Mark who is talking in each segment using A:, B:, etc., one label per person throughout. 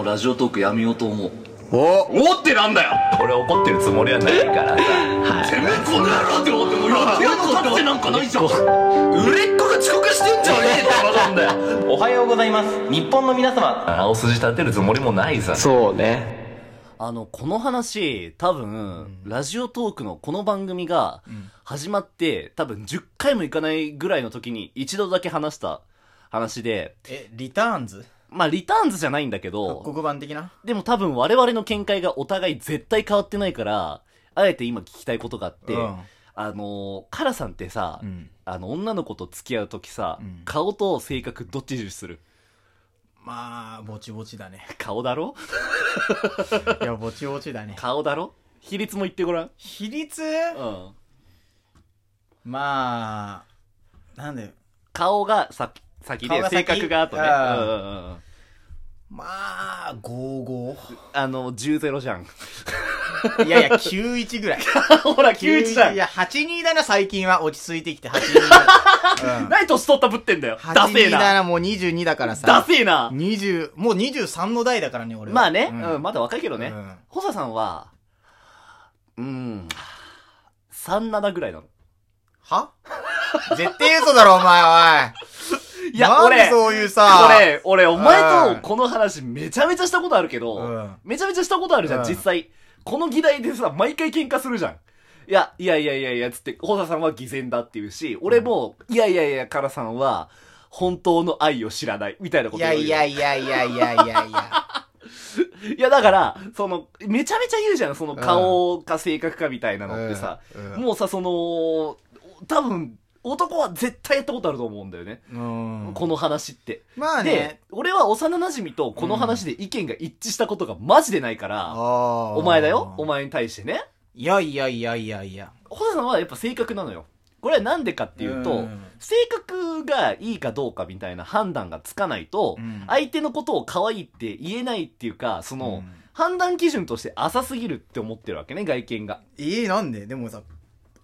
A: うラジオトークやめようと思う
B: お
A: おってなんだよ
C: 俺怒ってるつもりはないからさ
A: てめえこの野郎って思ってもうやってやの立ってなんかないじゃん売れっ子が遅刻してんじゃねえってバカなんだよ
C: おはようございます日本の皆様青筋立てるつもりもないさ
B: そうね
A: あのこの話多分、ラジオトークのこの番組が始まって多分10回もいかないぐらいの時に一度だけ話した話で
D: えリターンズ
A: まあリターンズじゃないんだけど
D: 黒板的な
A: でも多分我々の見解がお互い絶対変わってないから、あえて今聞きたいことがあって、
D: うん
A: あのー、カラさんってさ、
D: ん
A: あの、女の子と付き合うときさ、
D: ん
A: 顔と性格どっち重視する
D: まあぼちぼち だね
A: 顔だろ
D: いやぼちぼちだね
A: 顔だろ比率も言ってごらん。
D: 比率
A: うん。
D: まあなんだよ
A: 顔が先、先
D: 顔
A: で、
D: が先
A: 性格が後ね。
D: あー
A: うんうんうん
D: まあ55
A: あの、10-0じゃん。
D: いやいや91ぐらい
A: ほら、9-1じゃ
D: い
A: ん。
D: や82だな最近は落ち着いてきて82だ、うん、
A: 何年取ったぶってんだよ。 ダセ
D: 82
A: え
D: だ
A: な。
D: なもう22だからさ
A: ダセえな。
D: 20もう23の代だからね俺は
A: まあね、
D: うん
A: うん、まだ若いけどね
D: うん。
A: ホ、サ、さんは、うん、37ぐらいなの。
D: は絶対嘘だろお前お い
A: いや
D: なんで
A: 俺
D: そういうさ
A: 俺、俺、お前
D: うん
A: とこの話めちゃめちゃしたことあるけど、
D: うん
A: めちゃめちゃしたことあるじゃん、
D: うん
A: 実際。この議題でさ、毎回喧嘩するじゃん。いや、いやいやいやいや、つって、ホサさんは偽善だって言うし、俺も、いやいやいや、カラさんは、本当の愛を知らない、みたいなこ
D: い
A: と言
D: や
A: うよ
D: いやいやいやいやいやいや。
A: いやだから、その、めちゃめちゃ言うじゃん、その顔か性格かみたいなのってさ。
D: うんうん
A: もうさ、その、多分、男は絶対やったことあると思うんだよね。
D: うん。
A: この話って。
D: まあ
A: で
D: ね。、
A: 俺は幼馴染とこの話で意見が一致したことがマジでないから、
D: お
A: お前だよ、お。前に対してね。
D: いやいやいやいやいや。
A: ホ田さんはやっぱ性格なのよ。これはなんでかっていうと、
D: うん
A: 性格がいいかどうかみたいな判断がつかないと、
D: うん
A: 相手のことを可愛いって言えないっていうか、その、
D: うん
A: 判断基準として浅すぎるって思ってるわけね、外見が。
D: ええ、なんででもさ、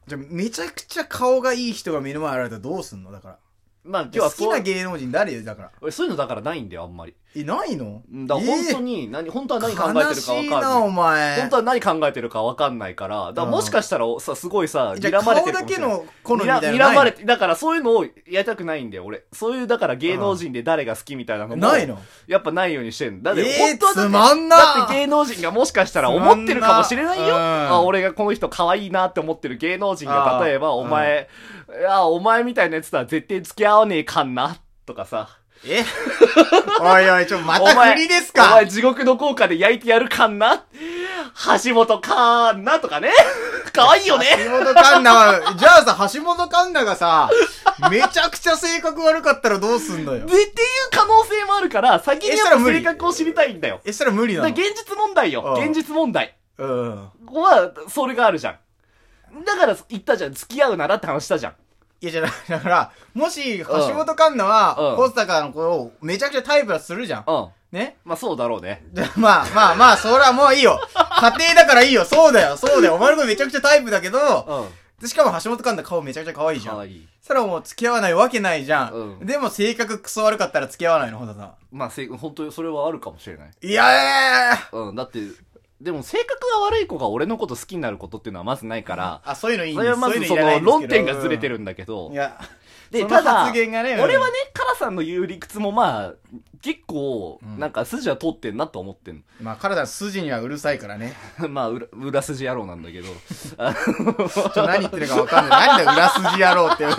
D: じゃあめちゃくちゃ顔がいい人が目の前に現れたらどうすんのだから。
A: まあ今日は
D: 好き
A: そう
D: な芸能人誰よだから。
A: 俺そういうのだからないんだよ、あんまり。
D: え、ないの
A: うんだから本当に、何、本当は何考えてるか
D: 悲
A: わ
D: しい
A: かんな
D: な、
A: い。
D: お前。
A: 本当は何考えてるかわかんないから、だからもしかしたらさ、すごいさ、
D: じゃ
A: 睨
D: あ
A: まれて
D: 顔
A: るか
D: だ
A: もし
D: け
A: れない。
D: の好みみたいなの
A: 睨
D: ない
A: 睨まれて、だからそういうのをやりたくないんだよ、俺。そういう、だから芸能人で誰が好きみたいなのも
D: ないの
A: やっぱないようにしてんだ。だって、
D: えー
A: 本当はだって
D: つまんな
A: だって芸能人がもしかしたら思ってるかもしれないよ。
D: つまんなうん
A: あ俺がこの人可愛いなって思ってる芸能人が、
D: あー
A: 例えば、お前、いや、お前みたいなやつとは絶対付き合わねえかんな、とかさ。
D: え おいおい、ちょ、ま
A: お
D: た
A: 前
D: 振りです
A: お
D: か
A: 前地獄の効果で焼いてやるかんな橋本かーんなと かね。可愛いよね。
D: 橋本環奈は、じゃあさ、橋本環奈がさ、めちゃくちゃ性格悪かったらどうすんの
A: で。
D: よ
A: っていう可能性もあるから、先にやっぱ
D: えそれは無
A: 性
D: 理
A: 格を知りたいんだよ。
D: え、したら無理
A: だ
D: な
A: から
D: の
A: 現実問題よ。
D: うん
A: 現実問題。
D: うん。
A: ここは、それがあるじゃん。だから言ったじゃん。付き合うならって話したじゃん。
D: いや、じゃあ、だから、もし、橋本環奈は、
A: うん
D: コスタカの子をめちゃくちゃタイプはするじゃん。
A: うん。
D: ね
A: まあそうだろうね。
D: じゃあまあまあまあ、それはもういいよ。家庭だからいいよ。そうだよ、そうだよ。お前の子めちゃくちゃタイプだけど、
A: うん。
D: しかも橋本環奈顔めちゃくちゃ可愛いじゃ
A: 可
D: ん。
A: 愛い。
D: それはもう付き合わないわけないじゃん。
A: うん
D: でも性格クソ悪かったら付き合わないの、ほんとさん。
A: まあせ、本当にそれはあるかもしれない。
D: いやー
A: うん。だって、でも性格が悪い子が俺のこと好きになることっていうのはまずないから、
D: あ、そういうのいいん
A: そ
D: で
A: れは
D: す
A: ま
D: そういう
A: ずそ
D: のいらない
A: の
D: ん
A: 論
D: ですけど
A: 点がずれて
D: うん
A: るんだけど
D: い。や、
A: で、
D: その
A: ただ、
D: 発言がねうん
A: 俺はね、カラさんの言う理屈もまあ、結構、なんか筋は通ってんなと思ってんの。
D: まあ体の筋にはうるさいからね。
A: まあ、裏裏筋野郎なん だけど。
D: ちょっと何言ってるかわかんない。何だよ、裏筋野郎っていう。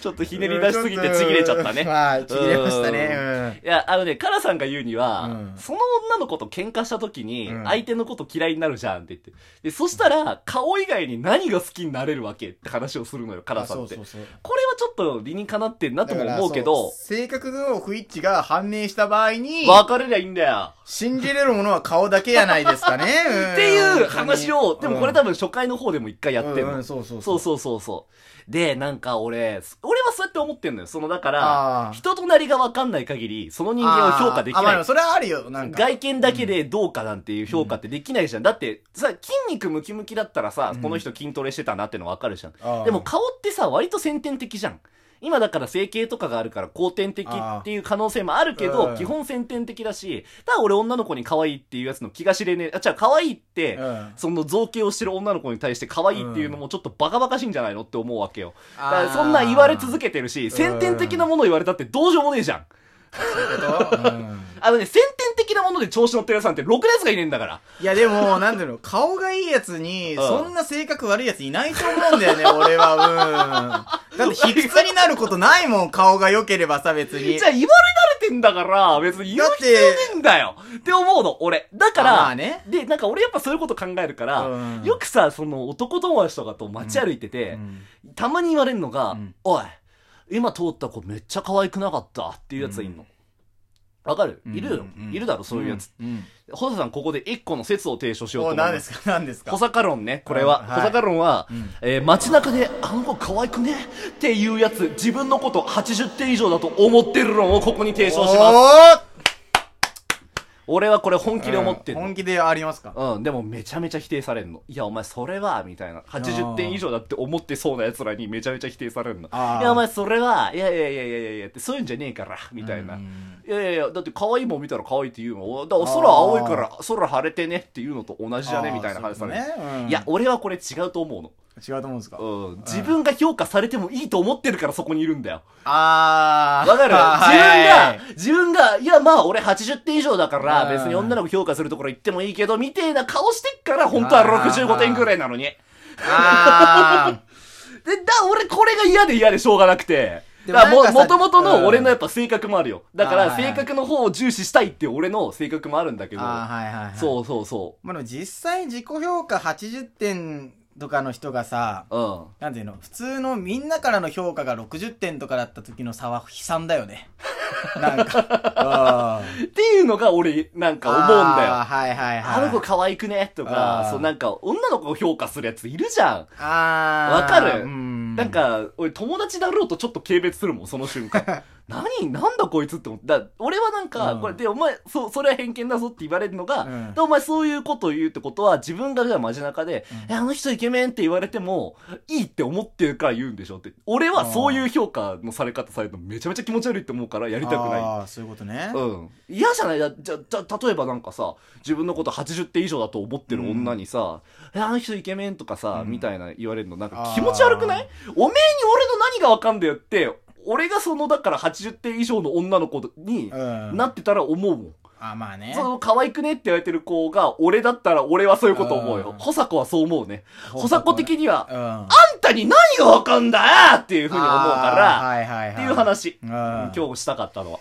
A: ちょっとひねり出しすぎてちぎれちゃったね。
D: はい、ちぎれましたね。
A: いや、あのね、カラさんが言うには、
D: うん
A: その女の子と喧嘩した時に、
D: うん
A: 相手のこと嫌いになるじゃんって言って。で、そしたら、顔以外に何が好きになれるわけって話をするのよ、カ
D: うん。
A: ラさんって。
D: そう。
A: これはちょっと理にかなってんなとも思うけど
D: そう、性格の不一致が判明した場合に、
A: 別れりゃいいんだよ。
D: 信じれるものは顔だけやないですか ね。っ
A: っていう話を、でもこれ
D: だ
A: 多分初回の方でも一回やってんの。
D: そうそう
A: そうそうそうそう。で、なんか俺、俺はそうやって思ってんのよ。その、だから
D: あ、ー
A: 人となりが分かんない限り、その人間を評価でき
D: あーあまあ
A: な
D: も
A: い。
D: それはあるよ、なんか。
A: 外見だけでどうかなんていう評価ってできないじゃん。だって、さ、筋肉ムキムキだったらさ、この人筋トレしてたなっての分かるじゃん。
D: あー
A: でも顔ってさ、割と先天的じゃん。今だから整形とかがあるから後天的っていう可能性もあるけ
D: あーう
A: ど、
D: ん
A: 基本先天的だし、ただ俺女の子に可愛いっていうやつの気が知れねえ。あ、じゃあ可愛いって、
D: うん
A: その造形をしてる女の子に対して可愛いっていうのもちょっとバカバカしいんじゃないのって思うわけよ。だからそんな言われ続けてるし、先天的なものを言われたってどうしようもねえじゃん。
D: けど、うん
A: あのね、先天的なもので調子乗ってるやつなんてろくなやつがいねえんだから。
D: いやでも、なんだろう、顔がいいやつに、
A: うん
D: そんな性格悪いやついないと思うんだよ ね、俺は。うん。だって、卑屈になることないもん、顔が良ければさ、別に。
A: じゃあ言われ慣れてんだから、別に言う必要ねえんだよって思うの、俺。だか
D: まあ
A: ら、
D: ね
A: で、なんか俺やっぱそういうこと考えるから、
D: うん
A: よくさ、その男友達とかと街歩いてて、
D: うん
A: たまに言われるのが、
D: うん
A: おい、今通った子めっちゃ可愛くなかったっていうやつがいんの。わ、かる
D: うん
A: いるよ、
D: うん
A: いるだろ、そういうやつ。。
D: うん。
A: ホサさんここで一個の説を提唱しようと
D: お、
A: 思いま
D: 何
A: す。
D: ですか、何ですか
A: ホ。サカロンね、これは。
D: うんはい
A: ホサカロンは、
D: うん
A: えー街中で、あの子可愛くねっていうやつ、自分のこと80点以上だと思ってる論をここに提唱します。俺はこれ本気で思って
D: うん
A: る、
D: 本気でありますか
A: うん、でもめちゃめちゃ否定されんの。いや、お前それは、みたいな。80点以上だって思ってそうな奴らにめちゃめちゃ否定されるの。
D: あー
A: いや、お前それは、いやいやいやいやいやいやって、そういうんじゃねえから、みたいな。
D: うん
A: いやいやいや、だって可愛いもん見たら可愛いって言うの。だから空青いから、空晴れてねっていうのと同じじゃねみたいな話される。
D: あーそうねうん
A: いや、俺はこれ違うと思うの。
D: 違うと思うんですか
A: うん、自分が評価されてもいいと思ってるからそこにいるんだよ。
D: あ ー。
A: わかる
D: はいはいはい
A: 自分が、自分が、いやまあ俺80点以上だから
D: うん
A: 別に女の子評価するところ行ってもいいけど、みてえな顔してっから本当は65点くらいなのに。で、
D: あ
A: だ、俺これが嫌で嫌でしょうがなくて。
D: でも
A: だからも、
D: なん
A: も
D: かさ
A: ともと
D: うん
A: の俺のやっぱ性格もあるよ。だか
D: あー
A: ら
D: はいは
A: 性
D: い
A: 格の方を重視したいっていう俺の性格もあるんだけ
D: ー。
A: ど。
D: あー、はいはいはい。
A: そうそうそ
D: まあでも実際自己評価80点とかの人がさ、
A: う。うん。
D: なんていうの普通のみんなからの評価が60点とかだった時の差は悲惨だ よね。なんか。う
A: っ
D: ん
A: ていうのが俺なんか思うんだよ
D: あー。はいはい
A: あ
D: はい。
A: の子可愛くねと
D: あ
A: か
D: ー、
A: そうなんか女の子を評価するやついるじゃん。
D: あー
A: わかる
D: うん。
A: なん、か、俺友達だろうとちょっと軽蔑するもん、その瞬 間。何なんだこいつって思って。だ俺はなんか、
D: うん
A: これ、で、お前、そう、それは偏見だぞって言われるのが、
D: うん
A: で、お前そういうことを言うってことは、自分がじゃあ街中で、え、あの人イケメンって言われても、いいって思ってるから言うんでしょって。俺はそういう評価のされ方されるのめちゃめちゃ気持ち悪いって思うからやりたくない。
D: ああ、そういうことね。
A: うん。嫌じゃないだじゃ、じゃ、例えばなんかさ、自分のこと80点以上だと思ってる女にさ、え、あの人イケメンとかさ、
D: うん
A: みたいな言われるのなんか
D: あー
A: 気持ち悪くないおめえに俺の何がわかんだよって、俺がその、だから80点以上の女の子に
D: うん。
A: なってたら思うもん。
D: あ、まあね。
A: その、可愛くねって言われてる子が、俺だったら俺はそういうこと思う
D: う
A: よ
D: ん。
A: 保坂はそう思うね。保
D: 保
A: 坂
D: 坂
A: 的には、
D: うん。あ
A: あんたに何がわかんだよっていうふうに思うから、
D: はいはいはい。
A: っていう話。
D: うん
A: 今日したかったのは。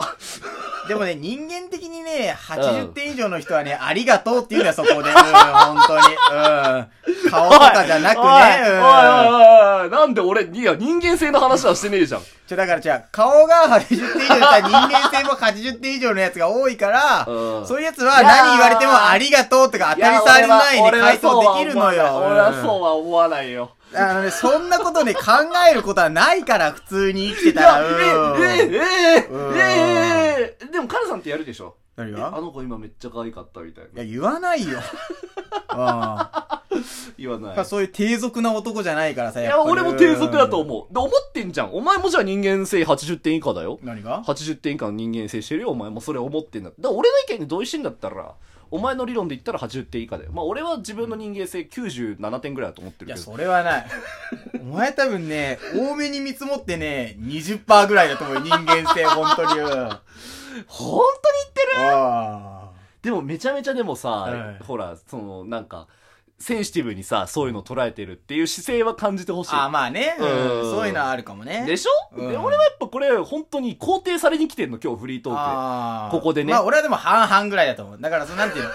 D: でもね、人間的にね、80点以上の人はね、ありがとうって言うんだよ、そこで。うん、本当に。うん。顔とかじゃなくね。
A: おいおいおいおいお
D: うん。
A: いなんで俺、いや、人間性の話はしてねえじゃん。
D: ちょ、だからじゃあ、顔が80点以上だったら人間性も80点以上のやつが多いから、
A: うん
D: そういうやつは何言われてもありがとうとか当たり障りないで回答できるのよ。
A: 俺はそううは思わないよ。
D: んあのね、そんなことね、考えることはないから、普通に生きて
A: い
D: た
A: や、
D: ら。
A: え
D: うん、
A: え、え
D: うん
A: え、ええ、でも、カナさんってやるでしょ
D: 何
A: あ
D: が
A: の子今めっちゃ可愛かったみたい
D: い
A: な。
D: や、言わないよ。うん。
A: 言わな
D: やっぱ
A: い。
D: そういう低俗な男じゃないからさ、
A: い
D: や
A: や、
D: っぱり
A: 俺も低俗だと思う。で、思ってんじゃん。お前もじゃあ人間性80点以下だよ。
D: 何が
A: 80点以下の人間性してるよ、お前もそれ思ってんだ。だから俺の意見に同意してんだったら、お前の理論で言ったら80点以下だよ。まあ俺は自分の人間性97点ぐらいだと思って
D: い
A: るけ
D: や、
A: ど。
D: それはない。お前多分ね、多めに見積もってね、20%ぐらいだと思うよ、人間 性、本当に。うん
A: 本当に言ってる
D: あ
A: でもめちゃめちゃでもさ、
D: はい
A: ほら、そのなんか、センシティブにさ、そういうの捉えてるっていう姿勢は感じてほしい。
D: あ、まあね、うん
A: うん
D: そういうのはあるかもね。
A: でしょ、
D: うん
A: で俺はやっぱこれ本当に肯定されに来てんの、今日フリートーク
D: あー
A: ここでね
D: まあ俺はでも半々ぐらいだと思う。だから、そのなんていうの、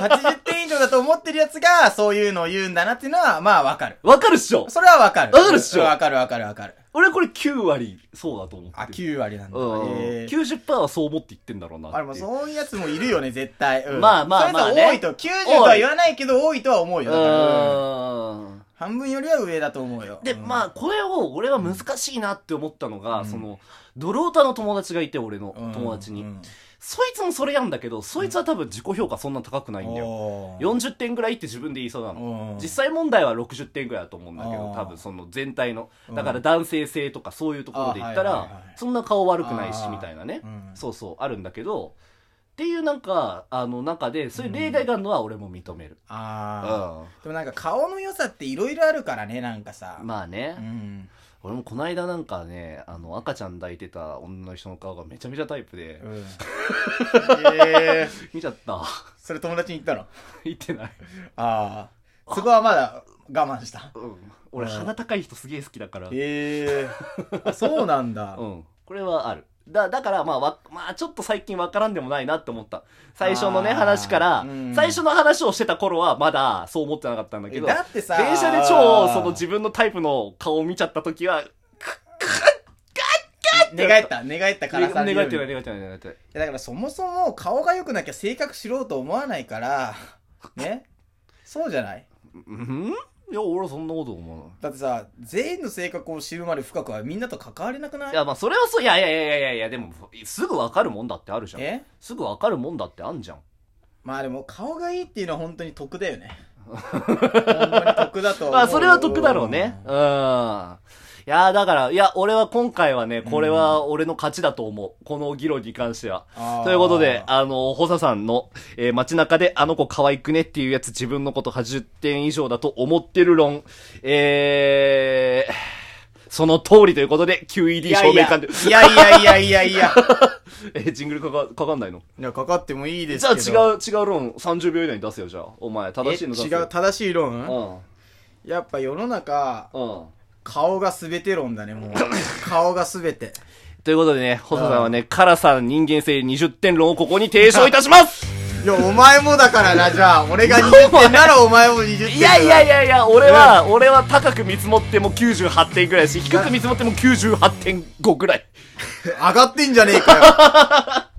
D: 80点以上だと思ってるやつが、そういうのを言うんだなっていうのは、まあわかる。
A: で。わかるっしょ
D: それはわかる。
A: わかるっしょ
D: わかるわかるわかる。
A: 俺これ9割そうだと思ってる。
D: あ、9割なんだ。
A: うん
D: へー
A: 90%はそう思って言ってんだろうなってい
D: あれ
A: う。
D: もそういうやつもいるよね、絶対。うん
A: まあまあまあね
D: そういうやつは多いと、90とは言わないけど多いとは思うよ。だからうん
A: うーん。
D: 半分よりは上だと思うよ。
A: で、
D: うん
A: まあ、これを、俺は難しいなって思ったのが、その、ドロータの友達がいて、俺の友達に。
D: うんうん
A: そいつもそれやんだけど、そいつは多分自己評価そんな高くないんだよ。
D: おー
A: 40点ぐらいって自分で言いそうなの。
D: うん
A: 実際問題は60点ぐらいだと思うんだけ
D: あ
A: ど、
D: ー
A: 多分その全体の
D: う。ん
A: だから男性性とかそういうところで言った
D: あーはいはい
A: ら
D: はい、
A: そんな顔悪くないし
D: あ、ー
A: みたいなね
D: う。ん
A: そうそう、あるんだけど、っていうなんか、あの中で、そういう例外があるのは俺も認める。う
D: ああ、
A: ん。
D: でもなんか顔の良さっていろいろあるからねなんかさ、
A: まあね
D: う。ん
A: 俺もこの間なんかねあの赤ちゃん抱いてた女の人の顔がめちゃめちゃタイプで
D: うんえー
A: 見ちゃった
D: それ友達に言ったの
A: 言ってない、
D: ああそこはまだ我慢した
A: うん、俺
D: うん
A: 鼻高い人すげえ好きだから、
D: ええー、あそうなんだ、
A: うん、これはあるだだからまあわ、まあ、ちょっと最近わからんでもないなって思った最初のね
D: あー
A: 話から、
D: うん
A: 最初の話をしてた頃はまだそう思ってなかったんだけど
D: だってさ
A: 電車で超その自分のタイプの顔を見ちゃった時は
D: 寝返った寝返ったか
A: 願
D: ら
A: って
D: さ
A: ない願ってない
D: い
A: 願ってない願ってない
D: やだからそもそも顔が良くなきゃ性格知ろうと思わないからねそうじゃない
A: うんいや俺はそんなこと思わない
D: だってさ全員の性格を知るまで深くはみんなと関われなくない
A: いや、まあ、それはそう、いやいやいやいやいや、でも、すぐわかるもんだってあるじゃん。
D: え
A: すぐわかるもんだってあんじゃん。
D: まあでも顔がいいっていうのは本当に得だ よね本当に得だと思う
A: まあ、それは得だろうね。うん。いや、だから、いや、俺は今回はね、これは俺の勝ちだと思う。この議論に関しては。
D: あー
A: ということで、あの、ホサさんの、えー街中であの子可愛くねっていうやつ自分のこと80点以上だと思ってる論、えー、その通りということで、
D: い
A: QED
D: や
A: 証
D: い
A: 明
D: や
A: 官で、
D: いやいやいやいやいや
A: えージングルかか、かかんないの
D: いやかかってもいいで
A: じ
D: す
A: ゃあ
D: けど
A: 違う、違う論30秒以内に出せよ、じゃあ。お前、正しいの出せ
D: え違う正しい論、
A: うん。
D: やっぱ世の中
A: うん。
D: 顔が全て論だねもう顔が全て
A: ということでね、細田さんはね、辛さ人間性20点論をここに提唱いたします
D: いやお前もだからなじゃあ俺が20点ならお前も20点
A: いやいやいやいや、俺は、俺は高く見積もっても98点ぐらいだし、低く見積もっても98.5ぐらい。
D: 上がってんじゃねえかよ